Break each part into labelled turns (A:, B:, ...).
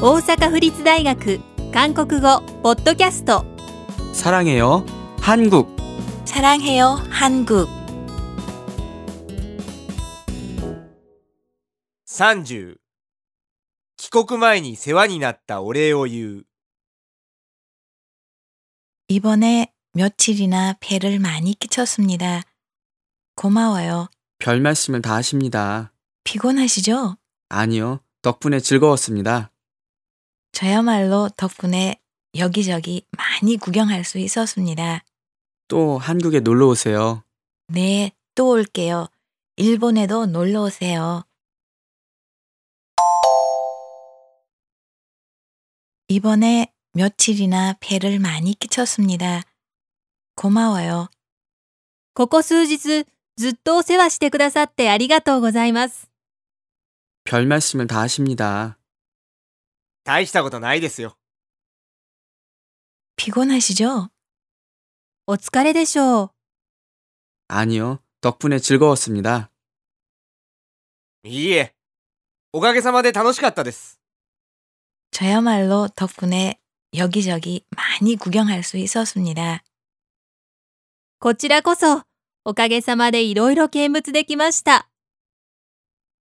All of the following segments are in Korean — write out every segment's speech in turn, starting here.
A: 大阪府立大学韓国語ポッドキャスト
B: 사랑해요. 한국.
C: 사랑해요, 한국.
D: 30帰国前に世話になったお礼を言う
C: 이번에 며칠이나 배를 많이 끼쳤습니다. 고마워요.
B: 별 말씀을 다 하십니다.
C: 피곤하시죠?
B: 아니요. 덕분에 즐거웠습니다.
C: 저야말로 덕분에 여기저기 많이 구경할 수 있었습니다.
B: 또 한국에 놀러 오세요.
C: 네, 또 올게요. 일본에도 놀러 오세요. 이번에 며칠이나 배를 많이 끼쳤습니다. 고마워요.
A: ここ数日ずっとお世話してくださってありがとうございます
B: 별 말씀을 다 하십니다.
D: 大したことないですよ
C: 피곤하시죠?
A: お疲れでしょう
B: 아니요. 덕분에 즐거웠습니다.
D: いいえおかげさまで楽しかったです
C: 저야말로 덕분에 여기저기 많이 구경할 수 있었습니다.
A: こちらこそおかげさまでいろいろ見物できました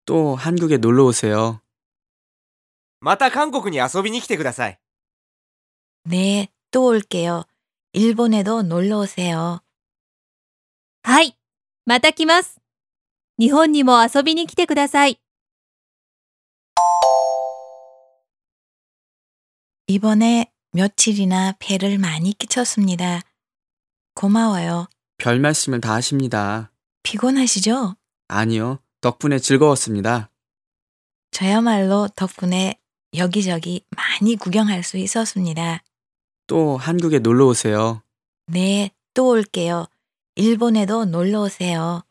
B: 또 한국에 놀러 오세요.
D: また韓国に遊びに来てください
C: 네, 또 올게요. 일본에도 놀러 오세요.
A: はいまた来ます日本にも遊びに来てください
C: 이번에 며칠이나 배를 많이 끼쳤습니다. 고마워요.
B: 별 말씀을 다 하십니다.
C: 피곤하시죠?
B: 아니요. 덕분에 즐거웠습니다.
C: 저야말로 덕분에 여기저기 많이 구경할 수 있었습니다.
B: 또 한국에 놀러 오세요.
C: 네, 또 올게요. 일본에도 놀러 오세요.